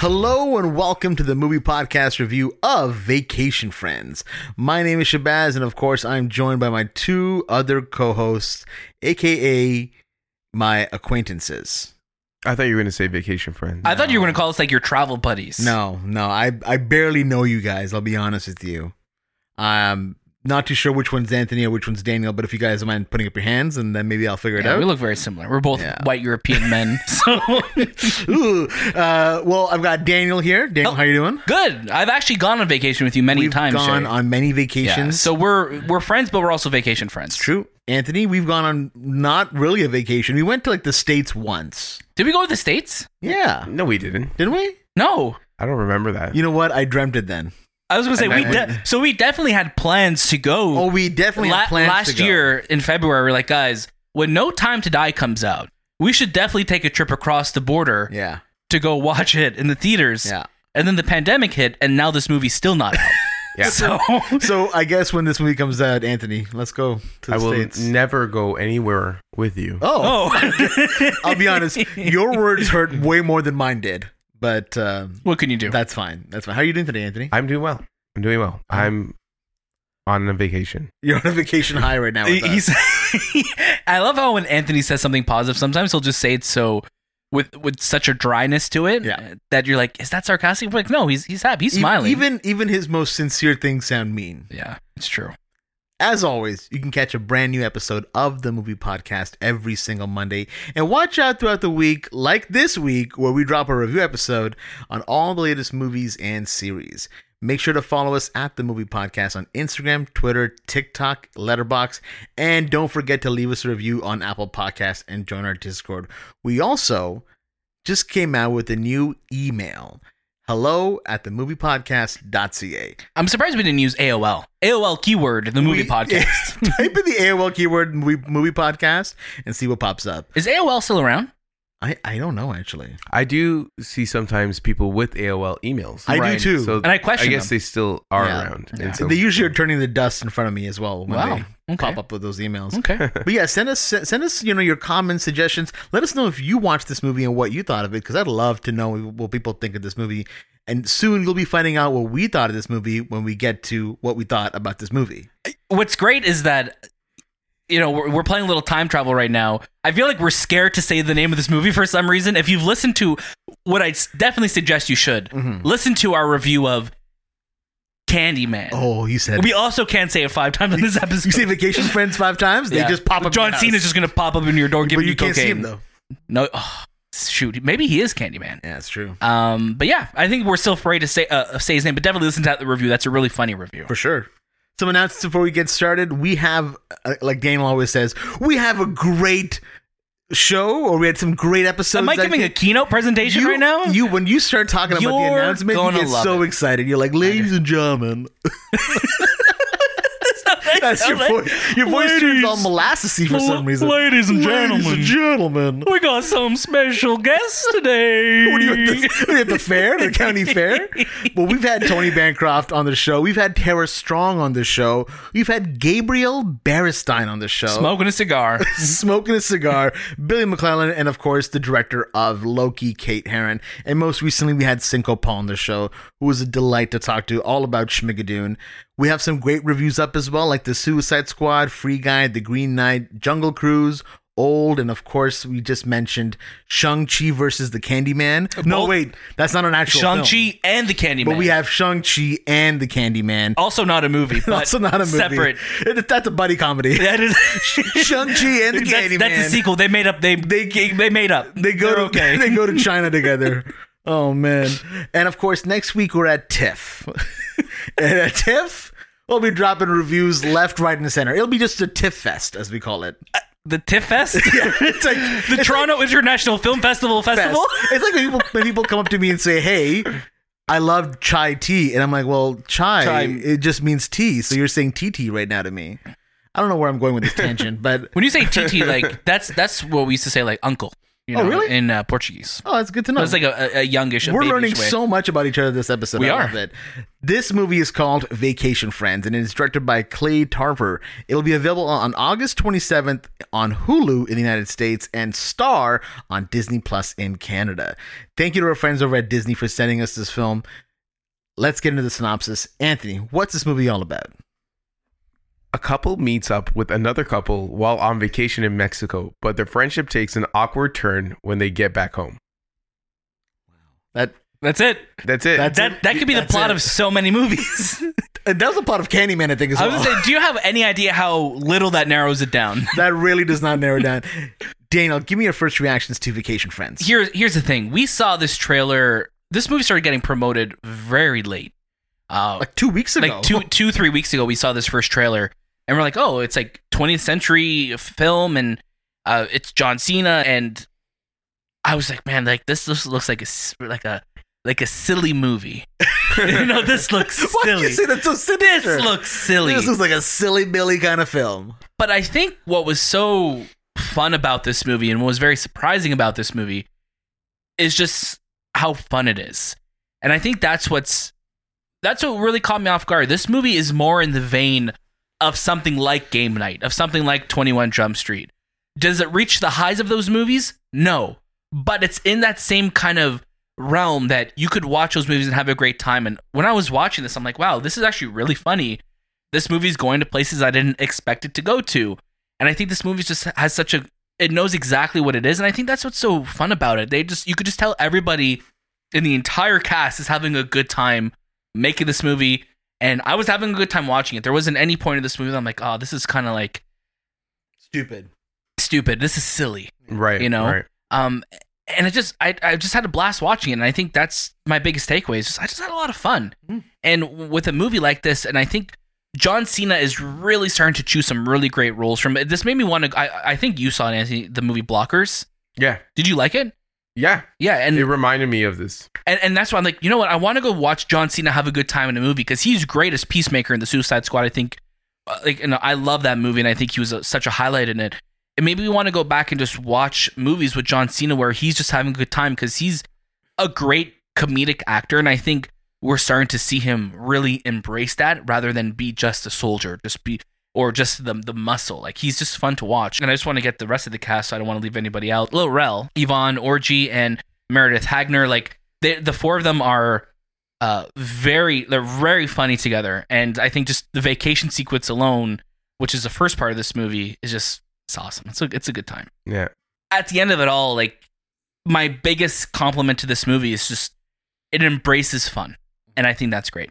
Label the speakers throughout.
Speaker 1: Hello and welcome to the movie podcast review of Vacation Friends. My name is Shabazz, and of course, I'm joined by my two other co hosts, aka my acquaintances.
Speaker 2: I thought you were gonna say vacation friends.
Speaker 3: I thought you were gonna call us like your travel buddies.
Speaker 1: No, no, I, I barely know you guys, I'll be honest with you. I'm not too sure which one's Anthony or which one's Daniel, but if you guys don't mind putting up your hands, and then maybe I'll figure it
Speaker 3: Yeah,
Speaker 1: out.
Speaker 3: we look very similar. We're both
Speaker 1: Yeah.
Speaker 3: white European men. So
Speaker 1: Ooh, uh, well, I've got Daniel here. Daniel,
Speaker 3: Oh.
Speaker 1: how you doing?
Speaker 3: good. I've actually gone on vacation with you many
Speaker 1: We've
Speaker 3: times.
Speaker 1: gone
Speaker 3: Shay.
Speaker 1: on many
Speaker 3: Yeah,
Speaker 1: vacations.
Speaker 3: So we're we're friends, but we're also vacation friends.
Speaker 1: True. Anthony, we've gone on not really a vacation. We went to like the States once.
Speaker 3: Did we go to the states?
Speaker 1: Yeah.
Speaker 2: No, we didn't.
Speaker 1: Didn't we?
Speaker 3: No.
Speaker 2: I don't remember that.
Speaker 1: You know what? I dreamt it then.
Speaker 3: I was gonna say
Speaker 2: And
Speaker 3: we.
Speaker 2: then-
Speaker 3: De- so we definitely had plans to go.
Speaker 1: Oh, we definitely
Speaker 3: La-
Speaker 1: had plans
Speaker 3: last
Speaker 1: to go.
Speaker 3: year in February. We're like, guys, when No Time to Die comes out, we should definitely take a trip across the border
Speaker 1: Yeah.
Speaker 3: to go watch it in the theaters.
Speaker 1: Yeah.
Speaker 3: And then the pandemic hit, and now this movie's still not out.
Speaker 2: Yeah.
Speaker 3: So
Speaker 1: So I guess when this movie comes out, Anthony, let's go to the
Speaker 2: I will
Speaker 1: States.
Speaker 2: never go anywhere with you.
Speaker 1: oh,
Speaker 3: oh,
Speaker 1: I'll be honest. Your words hurt way more than mine did. But um,
Speaker 3: What can you do?
Speaker 1: that's fine. That's fine. How are you doing today, Anthony?
Speaker 2: I'm doing well. I'm doing well.
Speaker 3: Oh.
Speaker 2: I'm on a vacation.
Speaker 1: You're on a vacation high right now. With us.
Speaker 3: He's. I love how when Anthony says something positive, sometimes he'll just say it so with with such a dryness to it
Speaker 1: Yeah.
Speaker 3: that you're like, is that sarcastic? We're like, no, he's he's happy, he's
Speaker 1: E-
Speaker 3: smiling.
Speaker 1: Even even his most sincere things sound mean.
Speaker 3: yeah, it's true.
Speaker 1: As always, you can catch a brand new episode of the Movie Podcast every single Monday. And watch out throughout the week, like this week, where we drop a review episode on all the latest movies and series. Make sure to follow us at the Movie Podcast on Instagram, Twitter, TikTok, Letterbox, and don't forget to leave us a review on Apple Podcasts and join our Discord. We also just came out with a new email. Hello at the moviepodcast.ca.
Speaker 3: I'm surprised we didn't use AOL. AOL keyword in the movie
Speaker 1: We-
Speaker 3: podcast.
Speaker 1: type in the AOL keyword movie, movie podcast and see what pops up.
Speaker 3: Is AOL still around?
Speaker 1: I, I don't know actually.
Speaker 2: I do see sometimes people with AOL emails.
Speaker 1: I
Speaker 3: Right.
Speaker 1: do too.
Speaker 2: So
Speaker 3: And I question
Speaker 2: I guess
Speaker 3: them.
Speaker 2: they still are
Speaker 1: Yeah.
Speaker 2: around.
Speaker 3: Yeah.
Speaker 2: And so-
Speaker 1: they usually are turning the dust in front of me as well when
Speaker 3: Wow.
Speaker 1: they
Speaker 3: Okay.
Speaker 1: pop up with those emails.
Speaker 3: Okay.
Speaker 1: But yeah, send us send us you know your comments, suggestions. Let us know if you watched this movie and what you thought of it because I'd love to know what people think of this movie. And soon you'll be finding out what we thought of this movie when we get to what we thought about this movie.
Speaker 3: What's great is that you know we're, we're playing a little time travel right now. I feel like we're scared to say the name of this movie for some reason. If you've listened to what I definitely suggest you should
Speaker 1: Mm.
Speaker 3: listen to our review of Candyman.
Speaker 1: Oh, you said
Speaker 3: We also can't say it five times on this episode.
Speaker 1: you say vacation friends five times. They
Speaker 3: Yeah.
Speaker 1: just pop up.
Speaker 3: John
Speaker 1: your
Speaker 3: Cena's
Speaker 1: house.
Speaker 3: just gonna pop up in your door
Speaker 1: but
Speaker 3: giving
Speaker 1: you
Speaker 3: you,
Speaker 1: can't
Speaker 3: cocaine.
Speaker 1: see him though.
Speaker 3: No, oh, shoot, maybe he is Candyman.
Speaker 1: Yeah, it's true
Speaker 3: Um, but yeah, I think we're still afraid to say uh, say his name. But definitely listen to that review. That's a really funny review.
Speaker 1: for sure. Some announcements before we get started. We have, uh, like Daniel always says, we have a great show, or we had some great episodes.
Speaker 3: Am I giving a keynote presentation
Speaker 1: you,
Speaker 3: right now?
Speaker 1: You when you start talking about the
Speaker 3: You're
Speaker 1: announcement, you
Speaker 3: gonna
Speaker 1: get
Speaker 3: love
Speaker 1: so
Speaker 3: it.
Speaker 1: excited. You're like, ladies and gentlemen. That's your voice. Your voice turns
Speaker 3: Ladies.
Speaker 1: all molassesy for some reason.
Speaker 3: Ladies and
Speaker 1: Ladies and
Speaker 3: gentlemen,
Speaker 1: gentlemen.
Speaker 3: we got some special guests today.
Speaker 1: What are you at the, what are you at the fair, the county fair? Well, we've had Tony Bancroft on the show. We've had Tara Strong on the show. We've had Gabriel Berestein on the show.
Speaker 3: Smoking a cigar.
Speaker 1: smoking a cigar, Billy McClellan, and of course the director of Loki, Kate Herron. And most recently, we had Cinco Paul on the show, who was a delight to talk to, all about Schmigadoon. We have some great reviews up as well, like The Suicide Squad, Free Guy, The Green Knight, Jungle Cruise. Old and of course we just mentioned Shang Chi versus the Candyman. No,
Speaker 3: Both-
Speaker 1: wait, that's not an actual film.
Speaker 3: Shang-Chi and the Candyman.
Speaker 1: but we have Shang Chi and the Candyman.
Speaker 3: also not a movie, Oh, but
Speaker 1: also not a movie.
Speaker 3: separate.
Speaker 1: It- that's a buddy comedy.
Speaker 3: That is
Speaker 1: Shang Chi and the
Speaker 3: that's,
Speaker 1: Candyman.
Speaker 3: that's a sequel. They made up. They they they made up.
Speaker 1: They go
Speaker 3: They're
Speaker 1: to
Speaker 3: okay.
Speaker 1: they go to China together. Oh man! And of course, next week we're at TIFF. and at TIFF, we'll be dropping reviews left, right, and center. It'll be just a TIFF fest, as we call it.
Speaker 3: the TIFF Fest,
Speaker 1: It's like
Speaker 3: the Toronto International Film Festival festival.
Speaker 1: It's like when people, when people come up to me and say, "Hey." I love chai tea, and I'm like, well, chai,
Speaker 3: Chai.
Speaker 1: it just means tea. So you're saying tea tea right now to me. I don't know where I'm going with this tangent, but
Speaker 3: When you say TT, like that's that's what we used to say, like uncle. you
Speaker 1: Oh,
Speaker 3: know,
Speaker 1: really?
Speaker 3: in uh, Portuguese.
Speaker 1: Oh, that's good to know.
Speaker 3: But it's like a, a, a youngish. a
Speaker 1: We're
Speaker 3: babyish
Speaker 1: learning
Speaker 3: way.
Speaker 1: so much about each other this episode.
Speaker 3: We
Speaker 1: I
Speaker 3: are.
Speaker 1: love it. This movie is called Vacation Friends and it is directed by Clay Tarver. It'll be available on August 27th on Hulu in the United States and Star on Disney Plus in Canada. Thank you to our friends over at Disney for sending us this film. Let's get into the synopsis. Anthony, what's this movie all about?
Speaker 2: A couple meets up with another couple while on vacation in Mexico, but their friendship takes an awkward turn when they get back home.
Speaker 1: That
Speaker 3: That's it.
Speaker 2: That's it.
Speaker 1: That's-
Speaker 3: Uh, That that could be the
Speaker 1: That's
Speaker 3: plot
Speaker 1: it.
Speaker 3: of so many movies.
Speaker 1: and that was a plot of Candyman, I think, as
Speaker 3: I
Speaker 1: well.
Speaker 3: was gonna say, do you have any idea how little that narrows it down?
Speaker 1: that really does not narrow down. Daniel, give me your first reactions to Vacation Friends.
Speaker 3: Here's here's the thing. We saw this trailer. This movie started getting promoted very late. Uh,
Speaker 1: like two weeks ago.
Speaker 3: like two two three weeks ago we saw this first trailer and we're like oh it's like 20th century film and uh, it's john cena and i was like man like this just looks like a s- like a like a silly movie you know this looks
Speaker 1: Why did you
Speaker 3: silly
Speaker 1: say that so
Speaker 3: this
Speaker 1: sinister?
Speaker 3: looks silly
Speaker 1: This is like a silly Billy kind of film.
Speaker 3: but i think what was so fun about this movie and what was very surprising about this movie is just how fun it is and i think that's what's that's what really caught me off guard. This movie is more in the vein of something like Game Night, of something like 21 Jump Street. Does it reach the highs of those movies? No. But it's in that same kind of realm that you could watch those movies and have a great time. And when I was watching this, I'm like, wow, this is actually really funny. This movie's going to places I didn't expect it to go to. And I think this movie just has such a it knows exactly what it is. And I think that's what's so fun about it. They just you could just tell everybody in the entire cast is having a good time making this movie and I was having a good time watching it. There wasn't any point in this movie that I'm like, oh, this is kind of like
Speaker 1: Stupid.
Speaker 3: stupid. This is silly.
Speaker 2: right.
Speaker 3: you know?
Speaker 2: Right.
Speaker 3: Um, and it just, I, I just had a blast watching it. And I think that's my biggest takeaway is just, I just had a lot of fun.
Speaker 1: Mm.
Speaker 3: And with a movie like this, and I think John Cena is really starting to choose some really great roles from it. This made me want to, I, I think you saw it, Anthony, the movie Blockers.
Speaker 2: Yeah.
Speaker 3: Did you like it?
Speaker 2: Yeah.
Speaker 3: Yeah. And
Speaker 2: It reminded me of this.
Speaker 3: And, and that's why I'm like, you know what? I want to go watch John Cena have a good time in a movie because he's great as Peacemaker in the Suicide Squad. I think, uh, like, you know, I love that movie and I think he was a, such a highlight in it. And maybe we want to go back and just watch movies with John Cena where he's just having a good time because he's a great comedic actor. And I think we're starting to see him really embrace that rather than be just a soldier, just be, or just the, the muscle. Like, he's just fun to watch. And I just want to get the rest of the cast so I don't want to leave anybody out. Lil Rel, Yvonne Orgy, and Meredith Hagner, like, they, the four of them are uh very they're very funny together and i think just the vacation sequence alone which is the first part of this movie is just it's awesome it's a, it's a good time
Speaker 2: Yeah.
Speaker 3: at the end of it all like my biggest compliment to this movie is just it embraces fun and i think that's great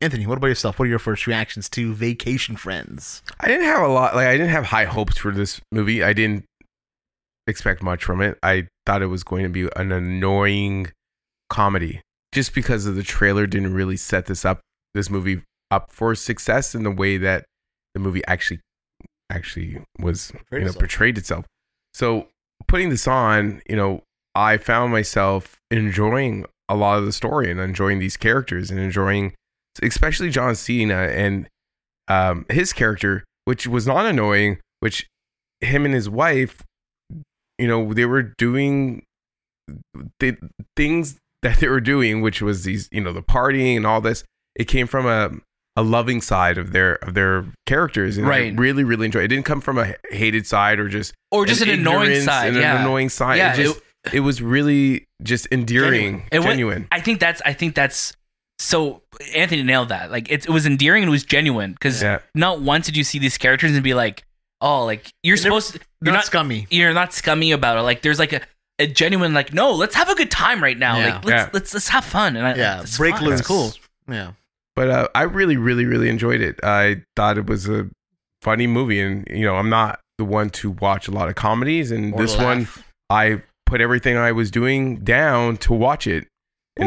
Speaker 1: Anthony, what about yourself? What are your first reactions to Vacation Friends?
Speaker 2: I didn't have a lot. Like I didn't have high hopes for this movie. I didn't expect much from it. I thought it was going to be an annoying comedy, just because of the trailer didn't really set this up. This movie up for success in the way that the movie actually actually was
Speaker 1: Portrayed
Speaker 2: you know
Speaker 1: itself.
Speaker 2: portrayed itself. So putting this on, you know, I found myself enjoying a lot of the story and enjoying these characters and enjoying especially John Cena and um, his character, which was not annoying, which him and his wife, you know, they were doing the things that they were doing, which was these, you know, the partying and all this. It came from a a loving side of their of their characters, and
Speaker 3: Right.
Speaker 2: I really, really enjoyed. It didn't come from a hated side or just
Speaker 3: or just an, annoying
Speaker 2: ignorance
Speaker 3: side
Speaker 2: and
Speaker 3: yeah
Speaker 2: an annoying side.
Speaker 3: Yeah,
Speaker 2: it, just, it, was really just endearing,
Speaker 3: Genuine. It wa-
Speaker 2: genuine.
Speaker 3: i think that's i think that's so anthony nailed that like it, it was endearing and it was genuine because
Speaker 2: Yeah.
Speaker 3: not once did you see these characters and be like oh like you're
Speaker 1: They never-
Speaker 3: supposed to
Speaker 1: Not,
Speaker 3: you're not
Speaker 1: scummy.
Speaker 3: you're not scummy about it. Like there's like a, a genuine like, no, let's have a good time right now.
Speaker 1: Yeah.
Speaker 3: Like let's,
Speaker 2: Yeah.
Speaker 3: let's let's have fun and I,
Speaker 1: Yeah,
Speaker 3: it's
Speaker 1: break
Speaker 3: fun.
Speaker 1: loose.
Speaker 3: It's cool.
Speaker 1: Yeah.
Speaker 2: But uh, I really, really, really enjoyed it. I thought it was a funny movie, and you know, I'm not the one to watch a lot of comedies, and
Speaker 1: Or
Speaker 2: this
Speaker 1: laugh.
Speaker 2: one, I put everything I was doing down to watch it, and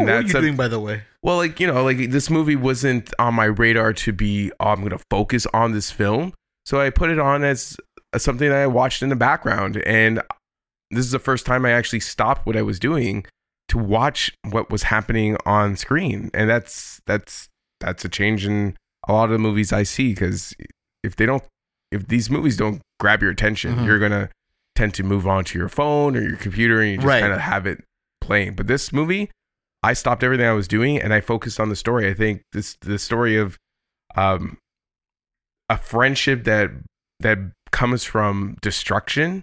Speaker 1: Oh, What were
Speaker 2: that's
Speaker 1: you
Speaker 2: a,
Speaker 1: doing, by the way?
Speaker 2: well, like you know, like this movie wasn't on my radar to be. Oh, I'm gonna focus on this film, so I put it on as something that I watched in the background, and this is the first time I actually stopped what I was doing to watch what was happening on screen, and that's that's that's a change in a lot of the movies I see because if they don't, if these movies don't grab your attention,
Speaker 1: Mhm.
Speaker 2: you're gonna tend to move on to your phone or your computer and you just
Speaker 1: Right.
Speaker 2: kind of have it playing. But this movie, I stopped everything I was doing and I focused on the story. I think this the story of um a friendship that that comes from destruction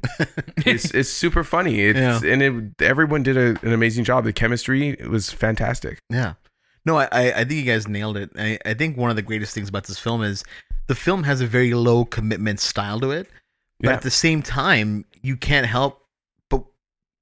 Speaker 2: is is super funny. It's and it, everyone did a, an amazing job. The chemistry was fantastic.
Speaker 1: Yeah. No, I, I I think you guys nailed it. I, I think one of the greatest things about this film is the film has a very low commitment style to it. But
Speaker 2: Yeah.
Speaker 1: at the same time, you can't help but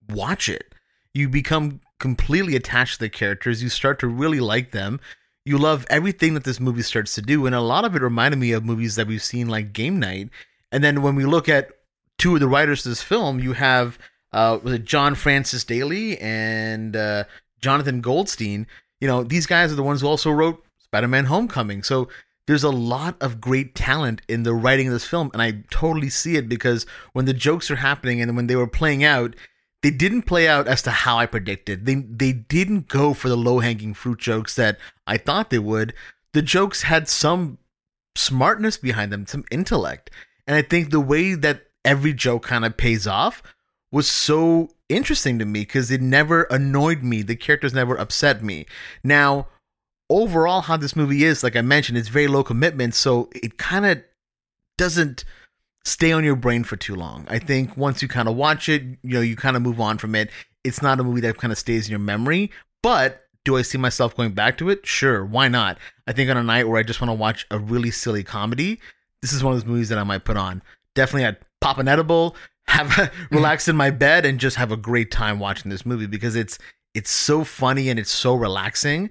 Speaker 1: watch it. You become completely attached to the characters. You start to really like them. You love everything that this movie starts to do. And a lot of it reminded me of movies that we've seen like Game Night. And then when we look at two of the writers of this film, you have uh, was it John Francis Daly and uh, Jonathan Goldstein. You know, these guys are the ones who also wrote Spider Man Homecoming. So there's a lot of great talent in the writing of this film, and I totally see it because when the jokes are happening and when they were playing out, they didn't play out as to how I predicted. They they didn't go for the low hanging fruit jokes that I thought they would. The jokes had some smartness behind them, some intellect. And I think the way that every joke kind of pays off was so interesting to me because it never annoyed me. The characters never upset me. Now, overall, how this movie is, like I mentioned, it's very low commitment, so it kind of doesn't stay on your brain for too long. I think once you kind of watch it, you know, you kind of move on from it. It's not a movie that kind of stays in your memory, but do I see myself going back to it? Sure, why not? I think on a night where I just want to watch a really silly comedy, this is one of those movies that I might put on. Definitely, I'd pop an edible, have a, relax in my bed, and just have a great time watching this movie because it's it's so funny and it's so relaxing.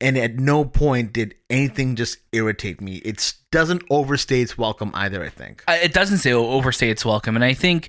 Speaker 1: And at no point did anything just irritate me. It doesn't overstay its welcome either. I think.
Speaker 3: I- it doesn't say overstay its welcome, and I think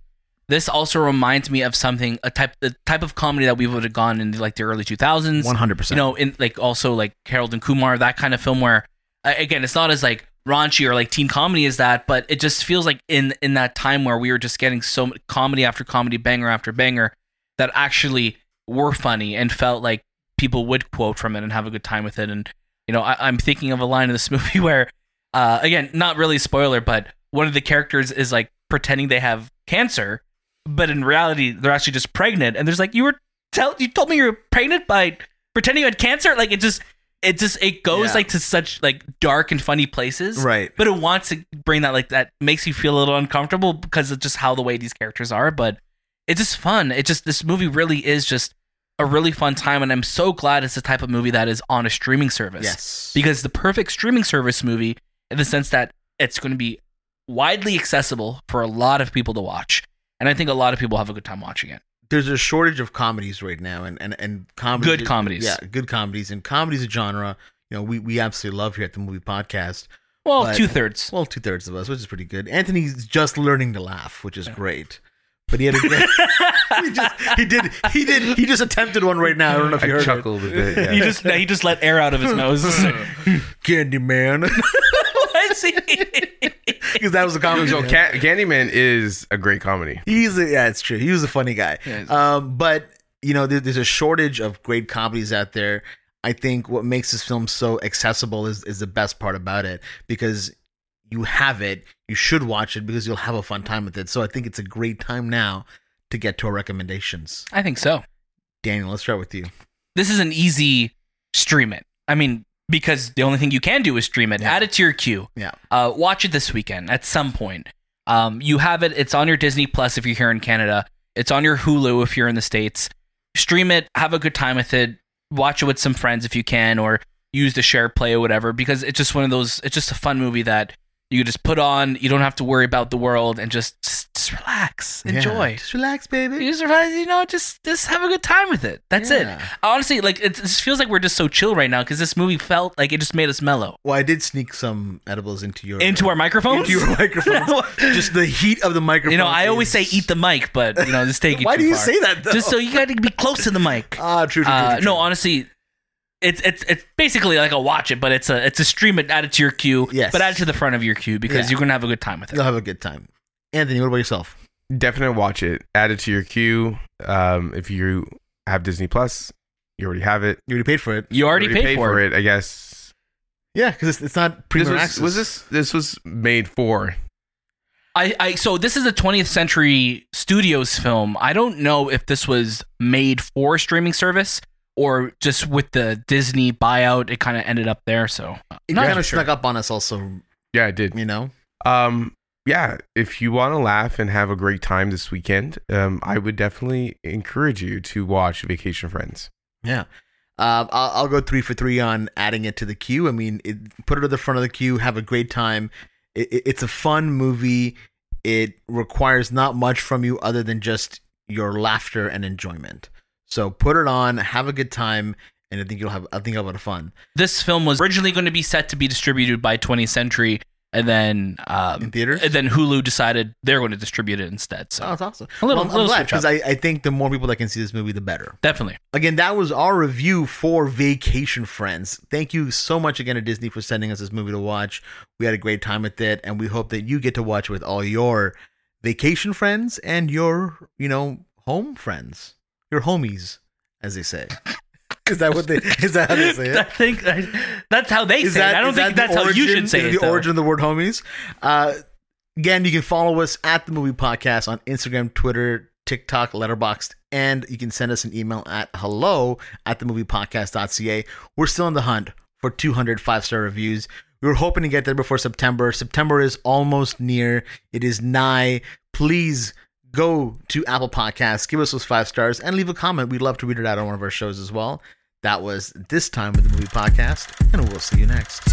Speaker 3: this also reminds me of something a type the type of comedy that we would have gone in like the early two thousands.
Speaker 1: One hundred
Speaker 3: You
Speaker 1: percent.
Speaker 3: know, in like also like Harold and Kumar, that kind of film where uh, again it's not as like raunchy or like teen comedy as that, but it just feels like in in that time where we were just getting so much comedy after comedy, banger after banger, that actually were funny and felt like people would quote from it and have a good time with it. And you know, I, I'm thinking of a line in this movie where, uh, again, not really a spoiler, but one of the characters is like pretending they have cancer, but in reality they're actually just pregnant. And there's like, you were tell you told me you were pregnant by pretending you had cancer. Like it just it just it goes
Speaker 1: Yeah.
Speaker 3: like to such like dark and funny places.
Speaker 1: Right.
Speaker 3: But it wants to bring that like that makes you feel a little uncomfortable because of just how the way these characters are. But it's just fun. It just this movie really is just a really fun time, and I'm so glad it's the type of movie that is on a streaming service.
Speaker 1: Yes.
Speaker 3: Because the perfect streaming service movie in the sense that it's going to be widely accessible for a lot of people to watch. And I think a lot of people have a good time watching it.
Speaker 1: there's a shortage of comedies right now, and and and comedies,
Speaker 3: Good comedies.
Speaker 1: yeah, good comedies, and comedies a genre. You know, we we absolutely love here at the movie podcast.
Speaker 3: Well,
Speaker 1: But-
Speaker 3: two thirds.
Speaker 1: Well, two thirds of us, which is pretty good. Anthony's just learning to laugh, which is great. But he had a great. he, just, he did. He did. He just attempted one right now. I don't know if you
Speaker 2: I
Speaker 1: heard
Speaker 2: chuckled a bit.
Speaker 3: He
Speaker 2: Yeah.
Speaker 3: just he just let air out of his nose.
Speaker 1: it. Candyman,
Speaker 3: Was he?
Speaker 1: because that was a comedy.
Speaker 2: So Ca- Candyman is a great comedy.
Speaker 1: He's a, yeah, it's true. He was a funny guy.
Speaker 3: Yeah.
Speaker 1: Um, but you know, there, there's a shortage of great comedies out there. I think what makes this film so accessible is is the best part about it because you have it, you should watch it because you'll have a fun time with it. So I think it's a great time now to get to our recommendations.
Speaker 3: I think so.
Speaker 1: Daniel, let's start with you.
Speaker 3: this is an easy stream it. I mean, because the only thing you can do is stream it.
Speaker 1: Yeah.
Speaker 3: Add it to your queue.
Speaker 1: Yeah.
Speaker 3: Uh, watch it this weekend at some point. Um, you have it. It's on your Disney Plus if you're here in Canada. It's on your Hulu if you're in the States. Stream it. Have a good time with it. Watch it with some friends if you can, or use the share play or whatever. Because it's just one of those. It's just a fun movie that you just put on. You don't have to worry about the world and just just, just relax,
Speaker 1: Yeah,
Speaker 3: enjoy.
Speaker 1: just relax, baby.
Speaker 3: You just realize, you know, just just have a good time with it. That's it.
Speaker 1: Yeah.
Speaker 3: Honestly, like it, it just feels like we're just so chill right now because this movie felt like it just made us mellow
Speaker 1: Well, I did sneak some edibles into your
Speaker 3: into our microphones.
Speaker 1: into your microphone. just the heat of the microphone.
Speaker 3: you know, I always say
Speaker 1: is-
Speaker 3: eat the mic, but you know, just take it.
Speaker 1: Why
Speaker 3: too
Speaker 1: do you
Speaker 3: far.
Speaker 1: say that though?
Speaker 3: Just so you got to be close to the mic.
Speaker 1: ah, true, true, true,
Speaker 3: Uh,
Speaker 1: true,
Speaker 3: no,
Speaker 1: true.
Speaker 3: honestly, it's it's it's basically like a watch it, but it's a it's a stream it, add it to your queue,
Speaker 1: Yes.
Speaker 3: but add it to the front of your queue because
Speaker 1: Yeah.
Speaker 3: you're gonna have a good time with it.
Speaker 1: You'll have a good time. Anthony, what about yourself?
Speaker 2: Definitely watch it. Add it to your queue. Um, if you have Disney Plus, you already have it.
Speaker 1: You already paid for it.
Speaker 3: You already, paid, for, it.
Speaker 2: I guess
Speaker 1: Yeah, because it's, it's not premium
Speaker 2: this was,
Speaker 1: access.
Speaker 2: was this this was made for
Speaker 3: I, I so this is a 20th century studios film. I don't know if this was made for streaming service or just with the Disney buyout, it kind of ended up there. So
Speaker 1: It
Speaker 3: Not
Speaker 1: kind of
Speaker 3: sure.
Speaker 1: snuck up on us, also.
Speaker 2: Yeah, I did.
Speaker 1: You know,
Speaker 2: Um, yeah, if you want to laugh and have a great time this weekend, um, I would definitely encourage you to watch Vacation Friends.
Speaker 1: yeah. Uh, I'll, I'll go three for three on adding it to the queue. I mean, it, put it to the front of the queue. Have a great time. It, it- it's a fun movie. It requires not much from you other than just your laughter and enjoyment. So put it on, have a good time, and I think you'll have. I think you'll have a lot of fun
Speaker 3: this film was originally going to be set to be distributed by 20th Century, and then
Speaker 1: in
Speaker 3: um,
Speaker 1: theaters.
Speaker 3: and then Hulu decided they're going to distribute it instead. So
Speaker 1: Oh, that's awesome.
Speaker 3: A little-
Speaker 1: Well, I'm- I'm
Speaker 3: little
Speaker 1: glad
Speaker 3: switch up.
Speaker 1: because I, I think the more people that can see this movie, the better.
Speaker 3: definitely,
Speaker 1: Again, that was our review for Vacation Friends. Thank you so much again to Disney for sending us this movie to watch. We had a great time with it, and we hope that you get to watch it with all your vacation friends and your, you know, home friends, your homies, as they say. Is that what they? Is that how they say
Speaker 3: I
Speaker 1: it?
Speaker 3: think that's how they
Speaker 1: Is
Speaker 3: say
Speaker 1: that,
Speaker 3: it. I don't
Speaker 1: is
Speaker 3: think
Speaker 1: that
Speaker 3: that's
Speaker 1: the
Speaker 3: how you
Speaker 1: origin-
Speaker 3: should say
Speaker 1: is
Speaker 3: it.
Speaker 1: The
Speaker 3: though.
Speaker 1: origin of the word homies. Uh, again, you can follow us at the Movie Podcast on Instagram, Twitter, TikTok, Letterboxd, and you can send us an email at hello at the moviepodcast.ca. We're still in the hunt for 200 five star reviews. We were hoping to get there before September. September is almost near, it is nigh. Please go to Apple Podcasts, give us those five stars, and leave a comment. We'd love to read it out on one of our shows as well. That was This Time with the Movie Podcast, and we'll see you next.